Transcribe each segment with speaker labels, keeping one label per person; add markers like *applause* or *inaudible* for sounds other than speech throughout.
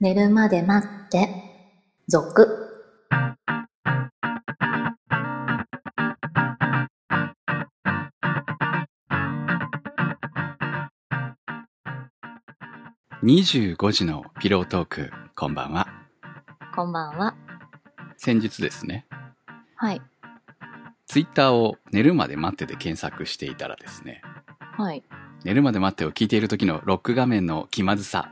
Speaker 1: 寝るまで待って、続。
Speaker 2: 25時のピロートーク、こんばんは。
Speaker 1: こんばんは。
Speaker 2: 先日ですね、
Speaker 1: はい。
Speaker 2: ツイッターを寝るまで待ってで検索していたらですね、
Speaker 1: はい。
Speaker 2: 寝るまで待ってを聞いている時のロック画面の気まずさ、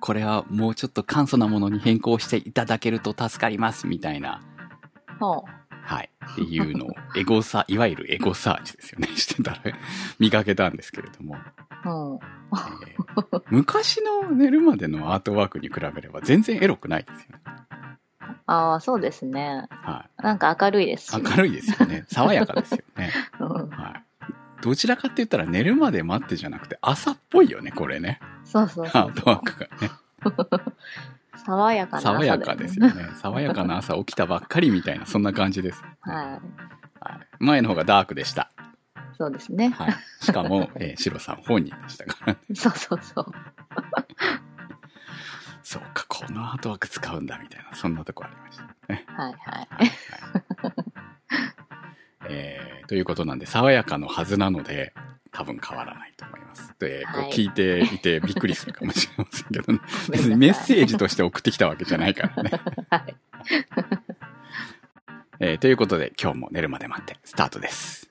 Speaker 2: これはもうちょっと簡素なものに変更していただけると助かります、みたいな、
Speaker 1: ほ
Speaker 2: はい、っていうのを、エゴサ、いわゆるエゴサーチですよね、 *laughs* してたら見かけたんですけれども、
Speaker 1: う。うん。
Speaker 2: えー昔の寝るまでのアートワークに比べれば全然エロくないですよね。
Speaker 1: ああ、そうですね。
Speaker 2: は
Speaker 1: なんか明るいですし
Speaker 2: い。
Speaker 1: ね。
Speaker 2: 明るいですよね。爽やかですよね。
Speaker 1: *laughs* うん。
Speaker 2: はい。どちらかって言ったら寝るまで待ってじゃなくて朝っぽいよね、これね。
Speaker 1: そうそうそ
Speaker 2: ハ
Speaker 1: う
Speaker 2: ート
Speaker 1: そ
Speaker 2: ワー
Speaker 1: う。
Speaker 2: クがね。
Speaker 1: 爽やかな朝
Speaker 2: 爽やかですよね。爽やかな朝起きたばっかりみたいな、そんな感じです。
Speaker 1: は
Speaker 2: はい、前の方がダークでした。
Speaker 1: い。そうですね。 *laughs*
Speaker 2: はい。しかも、えー、シロさん本人でしたから。
Speaker 1: そうそうそう。
Speaker 2: そうか、このハートワーク使うんだ、みたいな、そんなとこありました。
Speaker 1: はいはい。
Speaker 2: はい。えーということなんで、爽やかのはずなので、多分変わらないと思います。で、こう
Speaker 1: はい
Speaker 2: 聞いていてびっくりするかもしれませんけどね。
Speaker 1: ごめんなさ
Speaker 2: *laughs* 別に
Speaker 1: い
Speaker 2: メッセージとして送ってきたわけじゃないからね。
Speaker 1: *laughs* はい。
Speaker 2: *laughs* えーということで、今日も寝るまで待って、スタートです。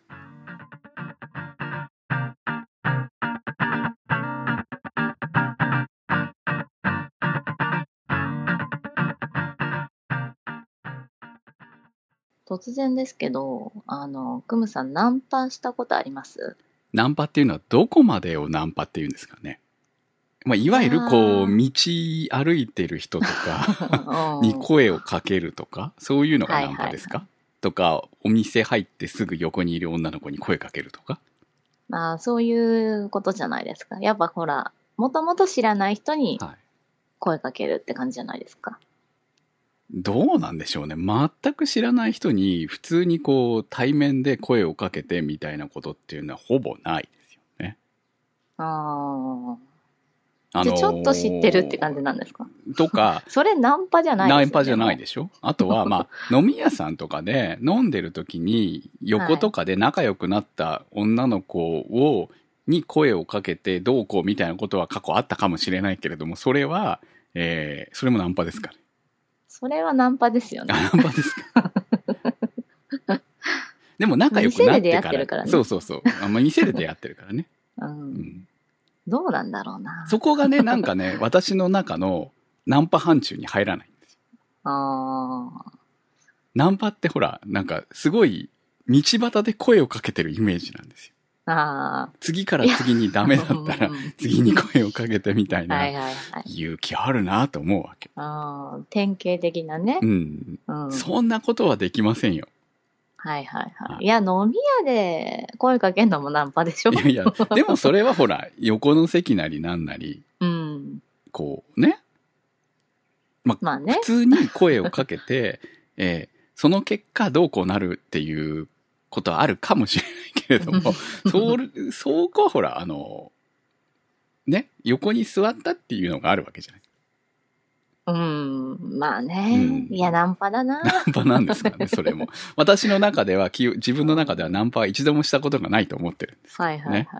Speaker 1: 突然ですけど、あの、クムさん、ナンパしたことあり
Speaker 2: *laughs*
Speaker 1: ます
Speaker 2: ナンパっていうのはどこまでをナンパっていうんですかね。まあ、いわゆるこ
Speaker 1: あ
Speaker 2: う、道歩いてる人とか、
Speaker 1: *laughs*
Speaker 2: に
Speaker 1: 2
Speaker 2: 声をかけるとか、そういうのがナンパですか、とか、お店入ってすぐ横にいる女の子に声かけるとか。
Speaker 1: まあ、そういうことじゃないですか。やっぱほら、もともと知らない人に
Speaker 2: はい。
Speaker 1: 声かけるって感じじゃないですか。
Speaker 2: どうなんでしょうね。全く知らない人に、普通にこう、対面で声をかけてみたいなことっていうのはほぼないですよね。
Speaker 1: あ
Speaker 2: あ
Speaker 1: あ。じゃあちょっと知ってるって感じなんですか
Speaker 2: とか、
Speaker 1: それナンパじ *laughs* ゃないですよね。
Speaker 2: ナンパじゃない
Speaker 1: で
Speaker 2: でしょあとは、ま
Speaker 1: *laughs*
Speaker 2: あ、飲み屋さんとかで飲んでる時に、横とかで仲良くなった女の子を、に声をかけてどうこうみたいなことは過去あったかもしれないけれども、それは、えー、それもナンパですかね。
Speaker 1: それはナンパですよね。
Speaker 2: あ、ナンパですか。でも仲良くな
Speaker 1: 店
Speaker 2: ってから。
Speaker 1: で出会ってるからね
Speaker 2: そうそうそう。あまあ、店で出会ってるからね。
Speaker 1: う。
Speaker 2: うんん。
Speaker 1: どうなんだろうな。
Speaker 2: そこがね、なんかね、私の中のナンパ範疇に入らない。
Speaker 1: ああ。
Speaker 2: ナンパってほら、なんかすごい道端で声をかけてるイメージなんですよ。
Speaker 1: ああ。
Speaker 2: 次から次にダメだったら
Speaker 1: うんう、ん
Speaker 2: 次に声をかけてみたいな、
Speaker 1: はいはいはい。
Speaker 2: 勇気あるなと思うわけ。
Speaker 1: ああ。典型的なね
Speaker 2: う。ん。
Speaker 1: うん。
Speaker 2: そんなことはできませんよ。
Speaker 1: はいはい
Speaker 2: は
Speaker 1: はいい。いや、飲み屋で声かけんのもナンパでしょ
Speaker 2: いやいや、でもそれはほら、横の席なりなんなり、
Speaker 1: うん。
Speaker 2: こうね、
Speaker 1: まあね
Speaker 2: 普。通に声をかけて、 *laughs* えーその結果どうこうなるっていうことはあるかもしれないけれども、そう、そうこはほら、あの、ね、横に座ったっていうのがあるわけじゃない。
Speaker 1: うん。まあね。
Speaker 2: うん
Speaker 1: いや、ナンパだ
Speaker 2: *laughs*
Speaker 1: な。
Speaker 2: ナンパなんですかね、それも。私の中では、き自分の中ではナンパは一度もしたことがないと思ってる。
Speaker 1: はいはいは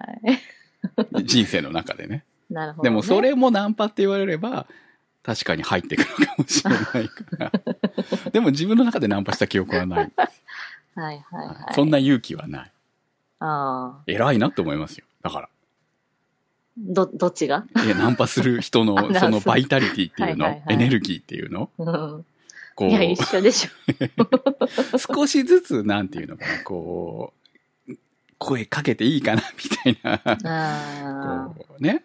Speaker 1: い。
Speaker 2: 人生の中でね。
Speaker 1: なるほど、ね。
Speaker 2: でもそれもナンパって言われれば、確かに入ってくるかもしれないから。でも自分の中でナンパした記憶はない。
Speaker 1: はいはいはい。
Speaker 2: そんな勇気はない。
Speaker 1: ああ。
Speaker 2: 偉いなと思いますよ。だか
Speaker 1: ど、どっちが
Speaker 2: ら。いや、ナンパする人
Speaker 1: *laughs* あ
Speaker 2: の、
Speaker 1: な
Speaker 2: そのバイタリティっていうの、
Speaker 1: はいはいはい
Speaker 2: エネルギーっていうの、
Speaker 1: うん。
Speaker 2: こ
Speaker 1: いや、一
Speaker 2: う、
Speaker 1: 緒でしょ。
Speaker 2: 少しずつ、なんていうのかな、こう、声かけていいかな、みたいな。
Speaker 1: *laughs* ああ。
Speaker 2: こうね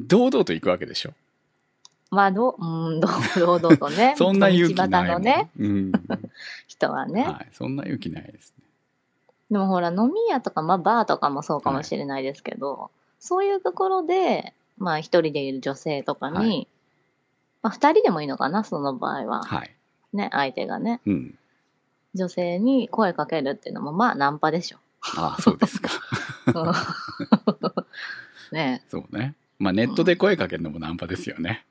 Speaker 2: 堂々と行くわけでしょ。
Speaker 1: まあ、どう、うん、どう、 *laughs* どうどうとね
Speaker 2: *laughs* そんな勇気
Speaker 1: 道
Speaker 2: な
Speaker 1: 端
Speaker 2: い
Speaker 1: の
Speaker 2: もん
Speaker 1: *laughs* ね、
Speaker 2: うん
Speaker 1: 人はね。
Speaker 2: はい、そんな勇気ないですね
Speaker 1: でもほら、飲み屋とか、まあ、バーとかもそうかもしれないですけど、そういうところで、まあ、一人でいる女性とかに、
Speaker 2: はい
Speaker 1: まあ、二人でもいいのかな、その場合は。
Speaker 2: はい、
Speaker 1: ね、相手がね。
Speaker 2: うん、
Speaker 1: 女性に声かけるっていうのも、まあ、ナンパ
Speaker 2: *laughs*
Speaker 1: でしょ。 *laughs*
Speaker 2: ああそうですか
Speaker 1: うんねえ
Speaker 2: そうねまあネットで声かけるのもナンパですよね、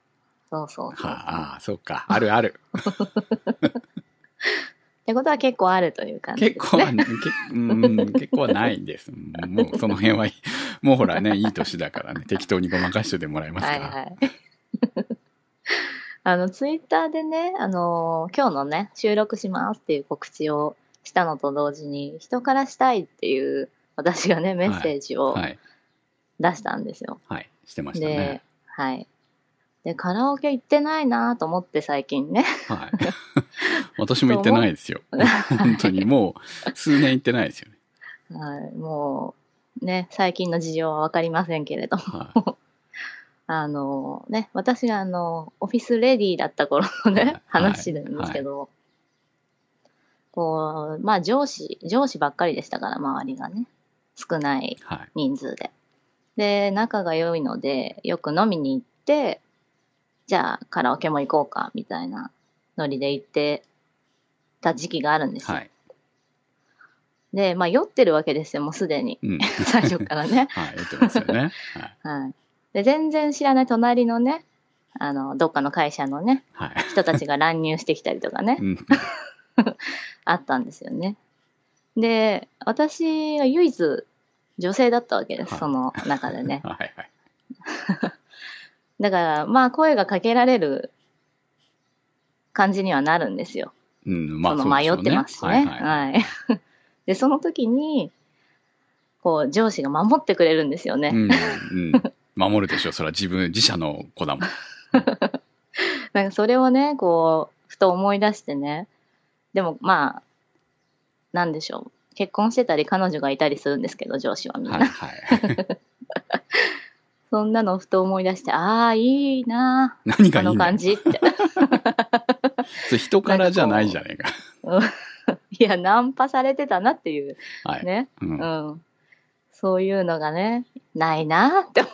Speaker 1: そうそうそう。
Speaker 2: はあ、そうか。あるある。
Speaker 1: ってことは結構あるという感じ
Speaker 2: 結
Speaker 1: です
Speaker 2: 構
Speaker 1: ね。
Speaker 2: は、けうん、結構はないです。もう、その辺は、もうほらね、いい年だか
Speaker 1: *laughs*
Speaker 2: らね、適当にごまかしといてもらえますか。
Speaker 1: はいはい。 *laughs* あの、ツイッターでね、あのー今日のね、収録しますっていう告知をしたのと同時に、人からしたいっていう、私がね、メッセージを
Speaker 2: はい。
Speaker 1: 出したんですよ。
Speaker 2: はい。してました
Speaker 1: で
Speaker 2: ね。、
Speaker 1: はい。で、カラオケ行ってないなと思って最近ね。
Speaker 2: はい。 *laughs* 私も行ってないですよ。本当にもう、数年行ってないですよね。
Speaker 1: はい、もう、ね、最近の事情はわかりませんけれども、
Speaker 2: はい。
Speaker 1: あのーね、私があの、オフィスレディーだった頃の
Speaker 2: はい
Speaker 1: ね、話なんですけど、こう、まあ上司、上司ばっかりでしたから、周りがね、少ない
Speaker 2: はい。
Speaker 1: 人数で。で、仲が良いので、よく飲みに行って、じゃあカラオケも行こうか、みたいなノリで行ってた時期があるんですよ。
Speaker 2: はい。
Speaker 1: で、まあ酔ってるわけですよ、もうすでに。
Speaker 2: うん。
Speaker 1: 最初からね。
Speaker 2: *laughs* はい。言ってますよね。はい。
Speaker 1: はい。で、全然知らない隣のね、あの、どっかの会社のね、
Speaker 2: はい。
Speaker 1: 人たちが乱入してきたりとかね
Speaker 2: う、ん。
Speaker 1: あったんですよね。で、私が唯一女性だったわけです、
Speaker 2: はい
Speaker 1: その中でね。
Speaker 2: はい。はい。
Speaker 1: だから、まあ、声がかけられる感じにはなるんですよ。
Speaker 2: うん。まあ、
Speaker 1: その
Speaker 2: そうで
Speaker 1: 迷
Speaker 2: すよ
Speaker 1: ってますしね。
Speaker 2: はい。はい
Speaker 1: はい。 *laughs* で、その時に、こう、上司が守ってくれるんですよね。
Speaker 2: うん。うん。守るでしょ。それは自分、自社の子だもん。
Speaker 1: なんかそれをね、こう、ふと思い出してね。でも、まあ、なんでしょう。結婚してたり、彼女がいたりするんですけど、上司はみんな。*laughs*
Speaker 2: はい。はい。
Speaker 1: そんなのをふと思い出して、ああ、いいなあ
Speaker 2: 何が
Speaker 1: こ
Speaker 2: い
Speaker 1: の
Speaker 2: いんだよ
Speaker 1: 感じって。 *laughs*
Speaker 2: それ人からじゃないじゃねえか。
Speaker 1: いや、ナンパされてたなっていう
Speaker 2: はい。
Speaker 1: ね。
Speaker 2: うん
Speaker 1: う。ん。そういうのがね、ないなあって思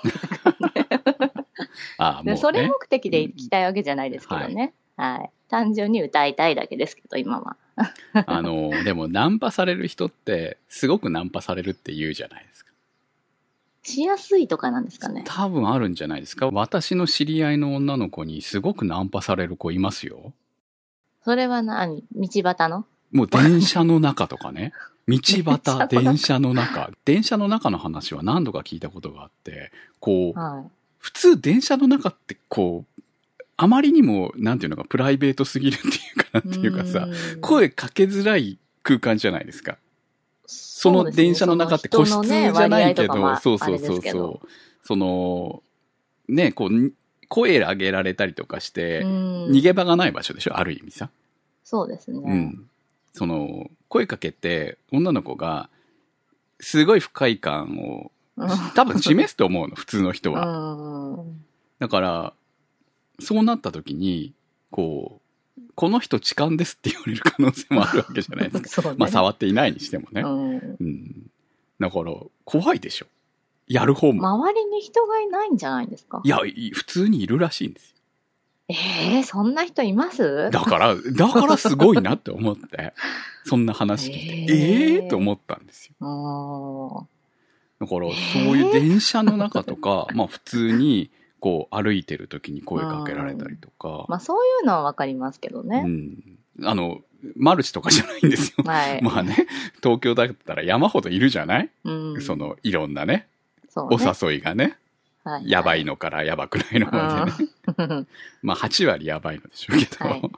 Speaker 2: ああ、
Speaker 1: う。
Speaker 2: もう。
Speaker 1: それ
Speaker 2: ね *laughs*
Speaker 1: 目的で行きたいわけじゃないですけどね。はい。単純に歌いたいだけですけど、今は。
Speaker 2: あの、でもナンパされる人って、すごくナンパされるって言うじゃないですか。
Speaker 1: しやすいとかなんですかね。
Speaker 2: 多分あるんじゃないですか。私の知り合いの女の子にすごくナンパされる子いますよ。
Speaker 1: それは何道端の
Speaker 2: もう電車の中とか *laughs* ね。道端、
Speaker 1: 電車の中
Speaker 2: 電車の中。電車の中の話は何度か聞いたことがあって、こう、
Speaker 1: はい。
Speaker 2: 普通電車の中ってこう、あまりにも、なんていうのか、プライベートすぎるっていうかなっていうかさ、
Speaker 1: ーん、
Speaker 2: 声かけづらい空間じゃないですか。
Speaker 1: そ
Speaker 2: その
Speaker 1: うですね
Speaker 2: 電車の中って個室じゃないけど、そうそうそう。
Speaker 1: その
Speaker 2: そう。その、ね、こう、に声上げられたりとかして、
Speaker 1: 人のね割合とかもあれですけどうん
Speaker 2: 逃げ場がない場所でしょ、ある意味さ。
Speaker 1: そうですね。
Speaker 2: うん。その、声かけて、女の子が、すごい不快感を、
Speaker 1: うん
Speaker 2: 多分示すと思うの、普通の人は。
Speaker 1: うん
Speaker 2: だから、そうなった時に、こう、この人痴漢ですって言われる可能性もあるわけじゃないですか。
Speaker 1: *laughs* そうね。
Speaker 2: まあ、触っていないにしてもね。
Speaker 1: うん
Speaker 2: うん。だから、怖いでしょ。やる方も。
Speaker 1: 周りに人がいないんじゃないんですか
Speaker 2: いや、い普通にいるらしいんですよ。
Speaker 1: えー、そんな人います
Speaker 2: だから、だからすごいなって思って、そんな話聞いて、え
Speaker 1: へー
Speaker 2: えー、と思ったんですよ。
Speaker 1: うん
Speaker 2: だから、
Speaker 1: へ
Speaker 2: そ
Speaker 1: ー
Speaker 2: ういう電車の中とか、まあ普通に、こう歩いてる時に声かけられたりとか、
Speaker 1: まあそういうのはわかりますけど
Speaker 2: う
Speaker 1: ね。
Speaker 2: ん。あの、マルチとかじゃないんですよ。
Speaker 1: はい。
Speaker 2: まあね、東京だったら山ほどいるじゃない、
Speaker 1: うん
Speaker 2: そ、の、いろんなね、
Speaker 1: そう
Speaker 2: お
Speaker 1: ね
Speaker 2: 誘いがね、
Speaker 1: はい
Speaker 2: やばいのからやばく *laughs* ないのまでね。
Speaker 1: うん
Speaker 2: まあ8割やばいのでしょうけど、
Speaker 1: はい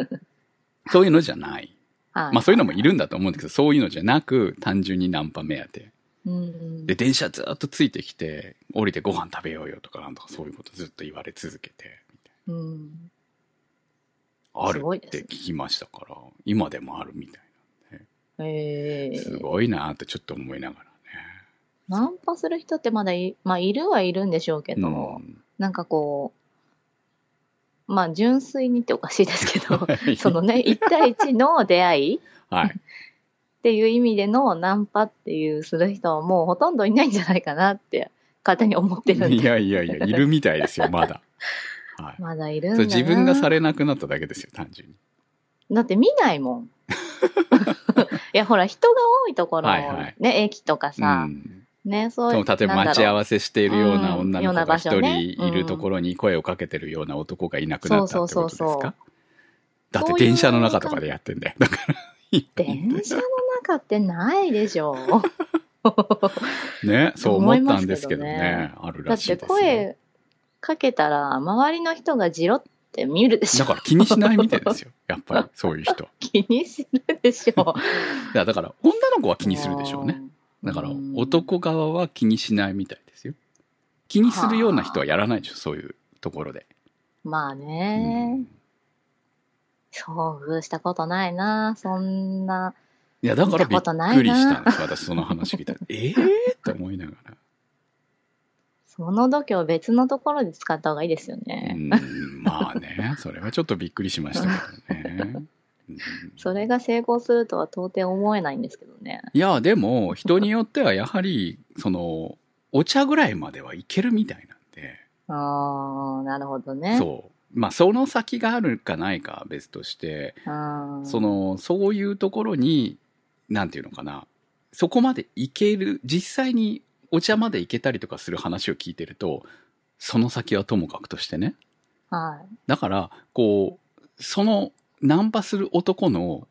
Speaker 2: *laughs* そういうのじゃない。
Speaker 1: は
Speaker 2: まあそういうのもいるんだと思うんだけど、そういうのじゃなく、単純にナンパ目当て。
Speaker 1: うん
Speaker 2: で、電車ずっとついてきて、降りてご飯食べようよとかなんとかそういうことずっと言われ続けて、みたい
Speaker 1: うん
Speaker 2: なあ
Speaker 1: す
Speaker 2: る
Speaker 1: ごい
Speaker 2: っ
Speaker 1: です
Speaker 2: て
Speaker 1: ね
Speaker 2: 聞きましたから、今でもあるみたい
Speaker 1: え
Speaker 2: な。す
Speaker 1: ー
Speaker 2: ごいなってちょっと思いながらね。
Speaker 1: ナンパする人ってまだい、まあいるはいるんでしょうけど、
Speaker 2: うん
Speaker 1: なんかこう、まあ純粋にっておかしいですけ
Speaker 2: *laughs*
Speaker 1: ど、そのね、1対1の出会いっ
Speaker 2: はい。
Speaker 1: ていう意味でのナンパっていうする人はもうほとんどいないんじゃないかなって勝手に思ってるん
Speaker 2: い
Speaker 1: で。
Speaker 2: やいやいや、いるみたいですよ、まだ。はい。
Speaker 1: まだいるん
Speaker 2: そ
Speaker 1: だ
Speaker 2: れ
Speaker 1: な
Speaker 2: 自分がされなくなっただけですよ、単純に。
Speaker 1: だって見ない
Speaker 2: *laughs*
Speaker 1: もん。いやほら人が多いところ、
Speaker 2: はいはい
Speaker 1: ね、駅とか
Speaker 2: う
Speaker 1: さ、
Speaker 2: ん
Speaker 1: ね、そう
Speaker 2: そ
Speaker 1: い
Speaker 2: の
Speaker 1: う。
Speaker 2: 例えば
Speaker 1: なんだろう
Speaker 2: 待ち合わせしているような
Speaker 1: うん
Speaker 2: 女
Speaker 1: よ
Speaker 2: の
Speaker 1: うな
Speaker 2: 子が
Speaker 1: 場
Speaker 2: 一
Speaker 1: 所ね
Speaker 2: 人いるところに声をかけてるような男がいなくなったってことですか、
Speaker 1: そうそうそうそう
Speaker 2: だって電車の中とかでやってんだよ。だから、
Speaker 1: 電車の中ってないでしょう。
Speaker 2: ね、そう思ったんですけど
Speaker 1: 思いますけ
Speaker 2: ね。ある
Speaker 1: だ
Speaker 2: ら
Speaker 1: っ
Speaker 2: しい
Speaker 1: て
Speaker 2: です、ね。
Speaker 1: 声かけたら、周りの人がじろって見るでし
Speaker 2: だ
Speaker 1: ょ。
Speaker 2: から気にしないみたいですよ。やっぱ
Speaker 1: *laughs*
Speaker 2: り、そういう人。
Speaker 1: 気にするでしょ。
Speaker 2: いやだから、女の子は *laughs* 気にするでしょうね。だから、
Speaker 1: うん
Speaker 2: 男側は気にしないみたいですよ。気にするような人はやらないでしょ、そういうところで。
Speaker 1: うん。まあ
Speaker 2: う
Speaker 1: ね、
Speaker 2: ん
Speaker 1: 遭遇したことないな、そんな。
Speaker 2: いや、だからびっくりしたん
Speaker 1: 見たことない
Speaker 2: です、私、その話聞いたら。ええー、って思いながら。
Speaker 1: その度胸別のところで使った方がいいですよ
Speaker 2: う
Speaker 1: ね。
Speaker 2: んまあね、それはちょっとびっくりしましたけどね。うん
Speaker 1: それが成功するとは到底思えないんですけどね。
Speaker 2: いや、でも、人によってはやはり、その、お茶ぐらいまではいけるみたいなんで、
Speaker 1: ああ、なるほどね。
Speaker 2: そう。まあ、その先があるかないかは別として、
Speaker 1: うん。
Speaker 2: その、そういうところに、なんていうのかな、そこまでいける、実際にお茶までいけたりとかする話を聞いてると、その先はともかくとしてね、
Speaker 1: はい。
Speaker 2: だから、こう、その、ナンパする男の、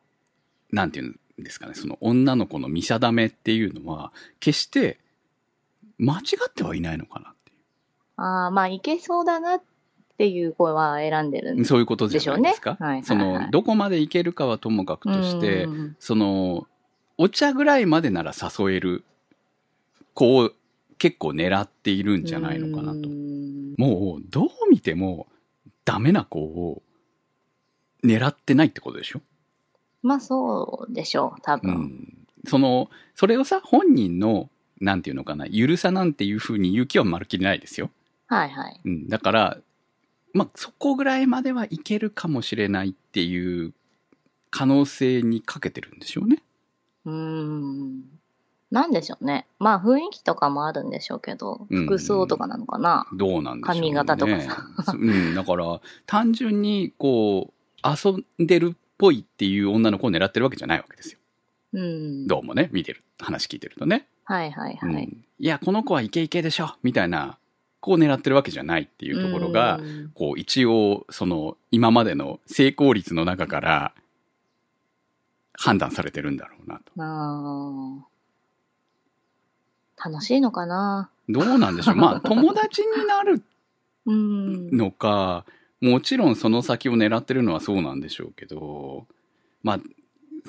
Speaker 2: なんていうんですかね、その女の子の見定めっていうのは、決して、間違ってはいないのかなっ
Speaker 1: ああ、まあ、いけそうだなっていう声は選んでる
Speaker 2: て
Speaker 1: ん
Speaker 2: いう。そういうことじゃないですか。
Speaker 1: でしょうねはいはいはい
Speaker 2: その、どこまでいけるかはともかくとして、
Speaker 1: うん
Speaker 2: その、お茶ぐらいまでなら誘える子を結構狙っているんじゃないのかなと
Speaker 1: う。ん
Speaker 2: もう、どう見ても、ダメな子を狙ってないってことでしょ
Speaker 1: まあ、そうでしょう、多
Speaker 2: う
Speaker 1: 分。
Speaker 2: ん、そのそれをさ本人のなんていうのかなゆるさなんていうふうに言う気はまるっきりないですよ、
Speaker 1: はいはい。
Speaker 2: うん、だからまあそこぐらいまではいけるかもしれないっていう可能性にかけてるんでしょうね
Speaker 1: うーん。なんでしょうね。まあ、雰囲気とかもあるんでしょうけど、
Speaker 2: うん
Speaker 1: 服装とかなのかな。
Speaker 2: どうなんでしょうね
Speaker 1: 髪型とかさ、
Speaker 2: そ *laughs* うん、だから単純にこう遊んでるっぽいっていう女の子を狙ってるわけじゃないわけですよ
Speaker 1: うん。
Speaker 2: どうもね見てる話聞いてるとね
Speaker 1: はいはいはい。
Speaker 2: うん、いやこの子はイケイケでしょみたいなこう狙ってるわけじゃないっていうところが、
Speaker 1: うん
Speaker 2: こう一応その今までの成功率の中から判断されてるんだろうなと。
Speaker 1: あー楽しいのかな。
Speaker 2: どうなんでしょうまあ友達になる
Speaker 1: うん。
Speaker 2: のかもちろんその先を狙ってるのはそうなんでしょうけどまあ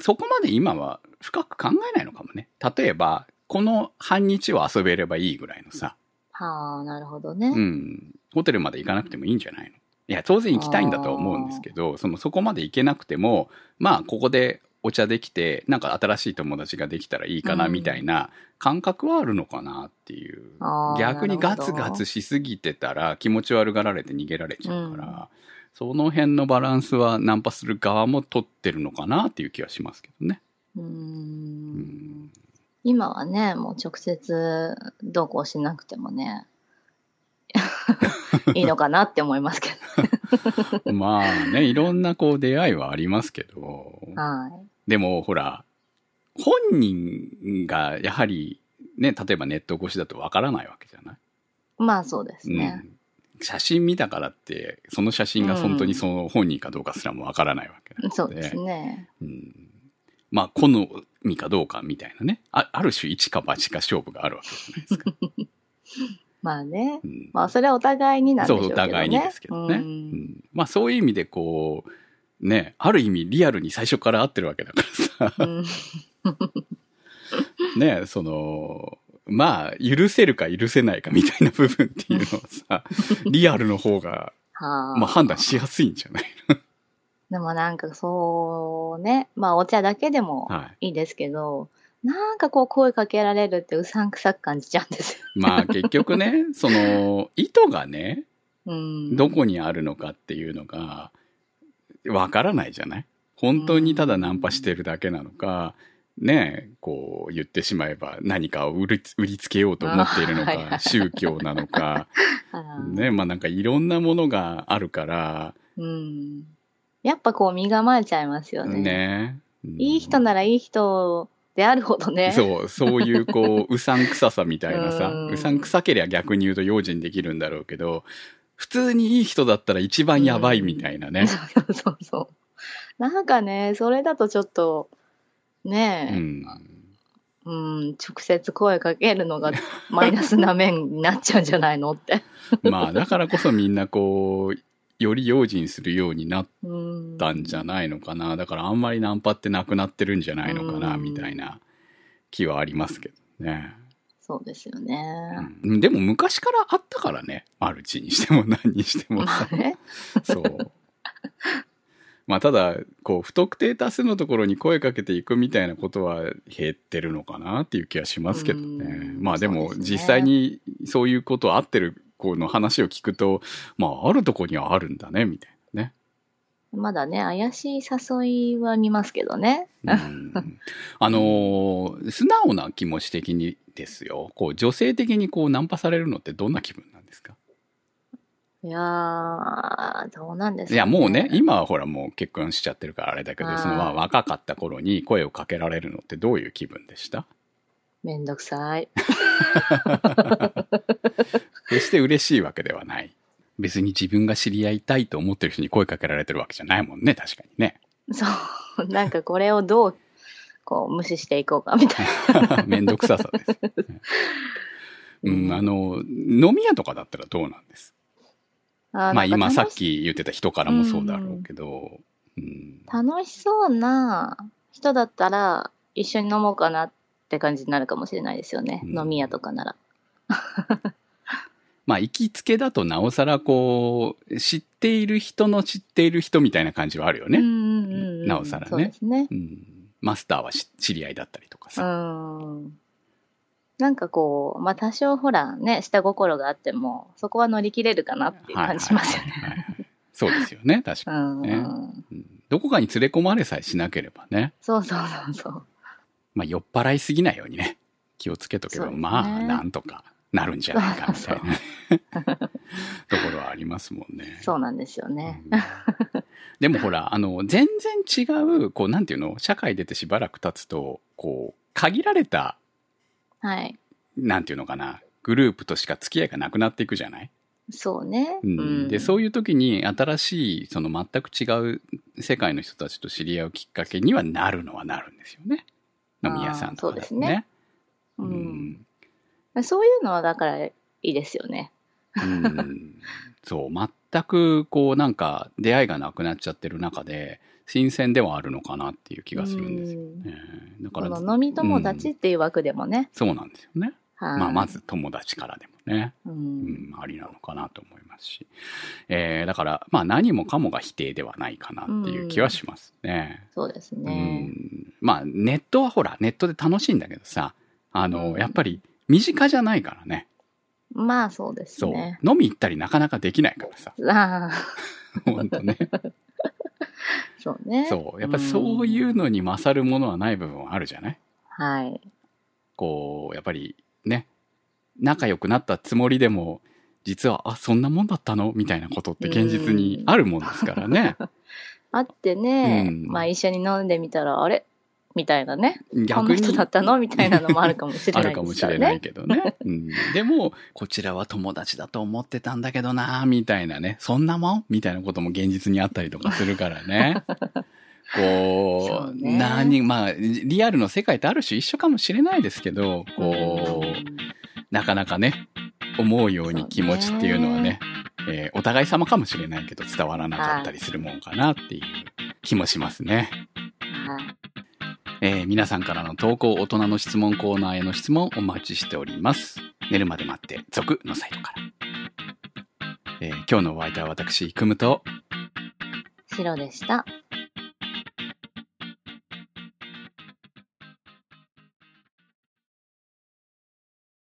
Speaker 2: そこまで今は深く考えないのかもね。例えばこの半日は遊べればいいぐらいのさ、
Speaker 1: はあ、なるほどね。
Speaker 2: うん、ホテルまで行かなくてもいいんじゃないのいや当然行きたいんだとは思うんですけどそのそこまで行けなくてもまあここでお茶できてなんか新しい友達ができたらいいかな
Speaker 1: うん
Speaker 2: みたいな感覚はあるのかなっていう、
Speaker 1: あー
Speaker 2: 逆にガツ
Speaker 1: なる
Speaker 2: ガ
Speaker 1: ほど
Speaker 2: ツしすぎてたら気持ち悪がられて逃げられちゃうから、その辺のバランスはナンパする側も取ってるのかなっていう気はしますけどね。
Speaker 1: う
Speaker 2: うんん。
Speaker 1: 今はね、もう直接どうこうしなくても
Speaker 2: *laughs*
Speaker 1: ね、いいのかなって思いますけ
Speaker 2: *laughs* まあねいろんなこう出会いはありますけど、
Speaker 1: ど。はい。
Speaker 2: でも、ほら、本人がやはり、ね、例えばネット越しだとわからないわけじゃない、
Speaker 1: まあそうですね。
Speaker 2: うん、写真見たからって、その写真が本当にその本人かどうかすらもわからないわけなの
Speaker 1: そうですね。
Speaker 2: うん、まあ、好みかどうかみたいなね。あある種、一か八か勝負があるわけじゃないですか。
Speaker 1: まあね。
Speaker 2: うん
Speaker 1: まあそれはお互いになんでしょう
Speaker 2: そう
Speaker 1: け
Speaker 2: お
Speaker 1: どね。
Speaker 2: 互いにですけどね、
Speaker 1: う。
Speaker 2: うんんまあそういう意味でこうねある意味リアルに最初から合ってるわけだからさ *laughs*
Speaker 1: うん
Speaker 2: ねその、まあ、許せるか許せないかみたいな部分っていうのを
Speaker 1: *laughs*
Speaker 2: さ、リアルの方が、
Speaker 1: はあ。
Speaker 2: まあ判断しやすいんじゃない
Speaker 1: でもなんかそうね、まあお茶だけでも
Speaker 2: はい
Speaker 1: いですけど、なんかこう声かけられるってうさんくさく感じちゃうんですよ。 *laughs*
Speaker 2: まあ結局ね、その、意図がね、
Speaker 1: うん。
Speaker 2: どこにあるのかっていうのが、わからないじゃない本当にただナンパしてるだけなのか、ねこう言ってしまえば何かを売り売りつけようと思っているの
Speaker 1: あーはいは
Speaker 2: か、
Speaker 1: い
Speaker 2: 宗教なのか、
Speaker 1: *laughs* あー
Speaker 2: ね、まあなんかいろんなものがあるから、
Speaker 1: うん。やっぱこう身構えちゃいますよね。
Speaker 2: ね。うん
Speaker 1: いい人ならいい人であるほどね。
Speaker 2: そう、そういうこう、うさんくささみたいなさ、
Speaker 1: うん
Speaker 2: うさんくさけりゃ逆に言うと用心できるんだろうけど、普通にいい人だったら一番やばいみたいなね。
Speaker 1: そう *laughs* そうそう。なんかね、それだとちょっと、
Speaker 2: う
Speaker 1: ね
Speaker 2: ん。
Speaker 1: え、うん、直接声かけるのが *laughs* マイナスな面になっちゃうんじゃないのって。
Speaker 2: まあ、だからこそみんなこう、より用心するようになっ
Speaker 1: うん。
Speaker 2: たんじゃないのかな。だからあんまりナンパってなくなってるんじゃないのかな、
Speaker 1: うん
Speaker 2: みたいな気はありますけどね。
Speaker 1: そうですよね。
Speaker 2: うん、でも昔からあったからね。マルチにしても何にしてもさ
Speaker 1: ま。あね。
Speaker 2: そう。まあただ、こう、不特定多数のところに声かけていくみたいなことは減ってるのかなっていう気はしますけどね。
Speaker 1: うん
Speaker 2: まあで
Speaker 1: そ
Speaker 2: も
Speaker 1: うですね
Speaker 2: 実際にそういうことあってる子の話を聞くと、まああるとこにはあるんだね、みたいなね。
Speaker 1: まだね、怪しい誘いは見ますけどね。 *laughs*
Speaker 2: うん、あのー素直な気持ち的にですよ。こう、女性的にこう、ナンパされるのってどんな気分なんですか
Speaker 1: いやー、どうなんですか、
Speaker 2: いや、もうね、今はほらもう結婚しちゃってるからあれだけど、そのまあ
Speaker 1: あー
Speaker 2: 若かった頃に声をかけられるのってどういう気分でした
Speaker 1: めんどくさい。 *laughs*
Speaker 2: 決して嬉しいわけではない。別に自分が知り合いたいと思ってる人に声かけられてるわけじゃないもんね、確かにね。 *laughs*
Speaker 1: そう、なんかこれをどう、こう、無視していこうかみたい
Speaker 2: めんどくささ
Speaker 1: *laughs*
Speaker 2: です。 *laughs* うん、あの、飲み屋とかだったらどうなんです
Speaker 1: な。な
Speaker 2: まあ
Speaker 1: んか
Speaker 2: 今さっ
Speaker 1: 楽し
Speaker 2: き言ってた人からもそうだろうけど、うん。
Speaker 1: 楽しそうな人だったら一緒に飲もうかなって感じになるかもしれないですよね、
Speaker 2: うん
Speaker 1: 飲み屋とかなら
Speaker 2: まあ行きつけだとなおさらこう、知っている人の知っている人みたいな感じはあるよね。
Speaker 1: うんうんうんうん
Speaker 2: なおさらね
Speaker 1: そうですね
Speaker 2: うんマスターはし知り合いだったりとか
Speaker 1: う
Speaker 2: さ。
Speaker 1: んなんかこうまあ多少ほらね下心があってもそこは乗り切れるかなっていう感じしますよね、
Speaker 2: はいはいはいはいそうですよね、確か
Speaker 1: うん
Speaker 2: いはいに、うんどこかに連れ込まれさえしなければね、
Speaker 1: そうそうそうそう
Speaker 2: まあ、酔っ払いすぎないようにね、気をつけとけば、
Speaker 1: そうですね
Speaker 2: まあ、なんとかなるんじゃないかみたいなね *laughs* ところはありますもんね。
Speaker 1: そうなんですよね、
Speaker 2: うんでもほら、あの、全然違う、こう、なんていうの、社会出てしばらく経つと、こう、限られた、
Speaker 1: はい
Speaker 2: なんていうのかな、グループとしか付き合いがなくなっていくじゃない
Speaker 1: そうね、
Speaker 2: うん、でそういう時に新しいその全く違う世界の人たちと知り合うきっかけにはなるのはなるんですよね飲み屋さんとかだとね。
Speaker 1: う
Speaker 2: うんん
Speaker 1: そういうのはだからいいですよね
Speaker 2: うんそう全くこうなんか出会いがなくなっちゃってる中で新鮮ではあるのかなっていう気がするんですよ
Speaker 1: うん
Speaker 2: ね。だ
Speaker 1: こ
Speaker 2: から
Speaker 1: の飲み友達っていう枠でもね、
Speaker 2: そうなんですよね。
Speaker 1: はい
Speaker 2: まあまず友達からでもね。
Speaker 1: う、
Speaker 2: うんん、ありなのかなと思いますし、えーだから、まあ何もかもが否定ではないかなっていう気はしますね。
Speaker 1: そうです
Speaker 2: う
Speaker 1: ね。
Speaker 2: ん、まあネットはほら、ネットで楽しいんだけどさ、あの、
Speaker 1: うん
Speaker 2: やっぱり身近じゃないからね。
Speaker 1: まあそうです
Speaker 2: そう、
Speaker 1: ね。
Speaker 2: 飲み行ったりなかなかできないからさ、 *laughs*
Speaker 1: ああ、
Speaker 2: 本当ね。
Speaker 1: *laughs* そうね。
Speaker 2: そう、やっぱりそういうのに勝るものはない部分はあるじゃない
Speaker 1: はい。
Speaker 2: こう、やっぱりね、仲良くなったつもりでも、実は、あ、そんなもんだったのみたいなことって現実にあるもんですからね。
Speaker 1: *laughs* あってね、
Speaker 2: うん
Speaker 1: まあ一緒に飲んでみたら、あれみたいなね。こ
Speaker 2: 逆
Speaker 1: の
Speaker 2: に
Speaker 1: 人だったのみたいなのもあるかもしれ
Speaker 2: *laughs* あ
Speaker 1: な
Speaker 2: る
Speaker 1: い
Speaker 2: か
Speaker 1: で
Speaker 2: も
Speaker 1: す
Speaker 2: し
Speaker 1: から
Speaker 2: れな
Speaker 1: ね
Speaker 2: い。けどね。うん、でも、こちらは友達だと思ってたんだけどな、みたいなね。そんなもんみたいなことも現実にあったりとかするか
Speaker 1: *laughs*
Speaker 2: らね。こ
Speaker 1: そう
Speaker 2: う、
Speaker 1: ね
Speaker 2: 何、まあ、リアルの世界ってある種一緒かもしれないですけど、こう、なかなかね、思うように気持ちっていうのはね、えーお互い様かもしれないけど伝わらなかったりするもんかなっていう気もしますね。
Speaker 1: はい
Speaker 2: えー皆さんからの投稿、大人の質問コーナーへの質問お待ちしております。寝るまで待って、続のサイトから。えー今日のお相手は私、イクムと、
Speaker 1: 白でした。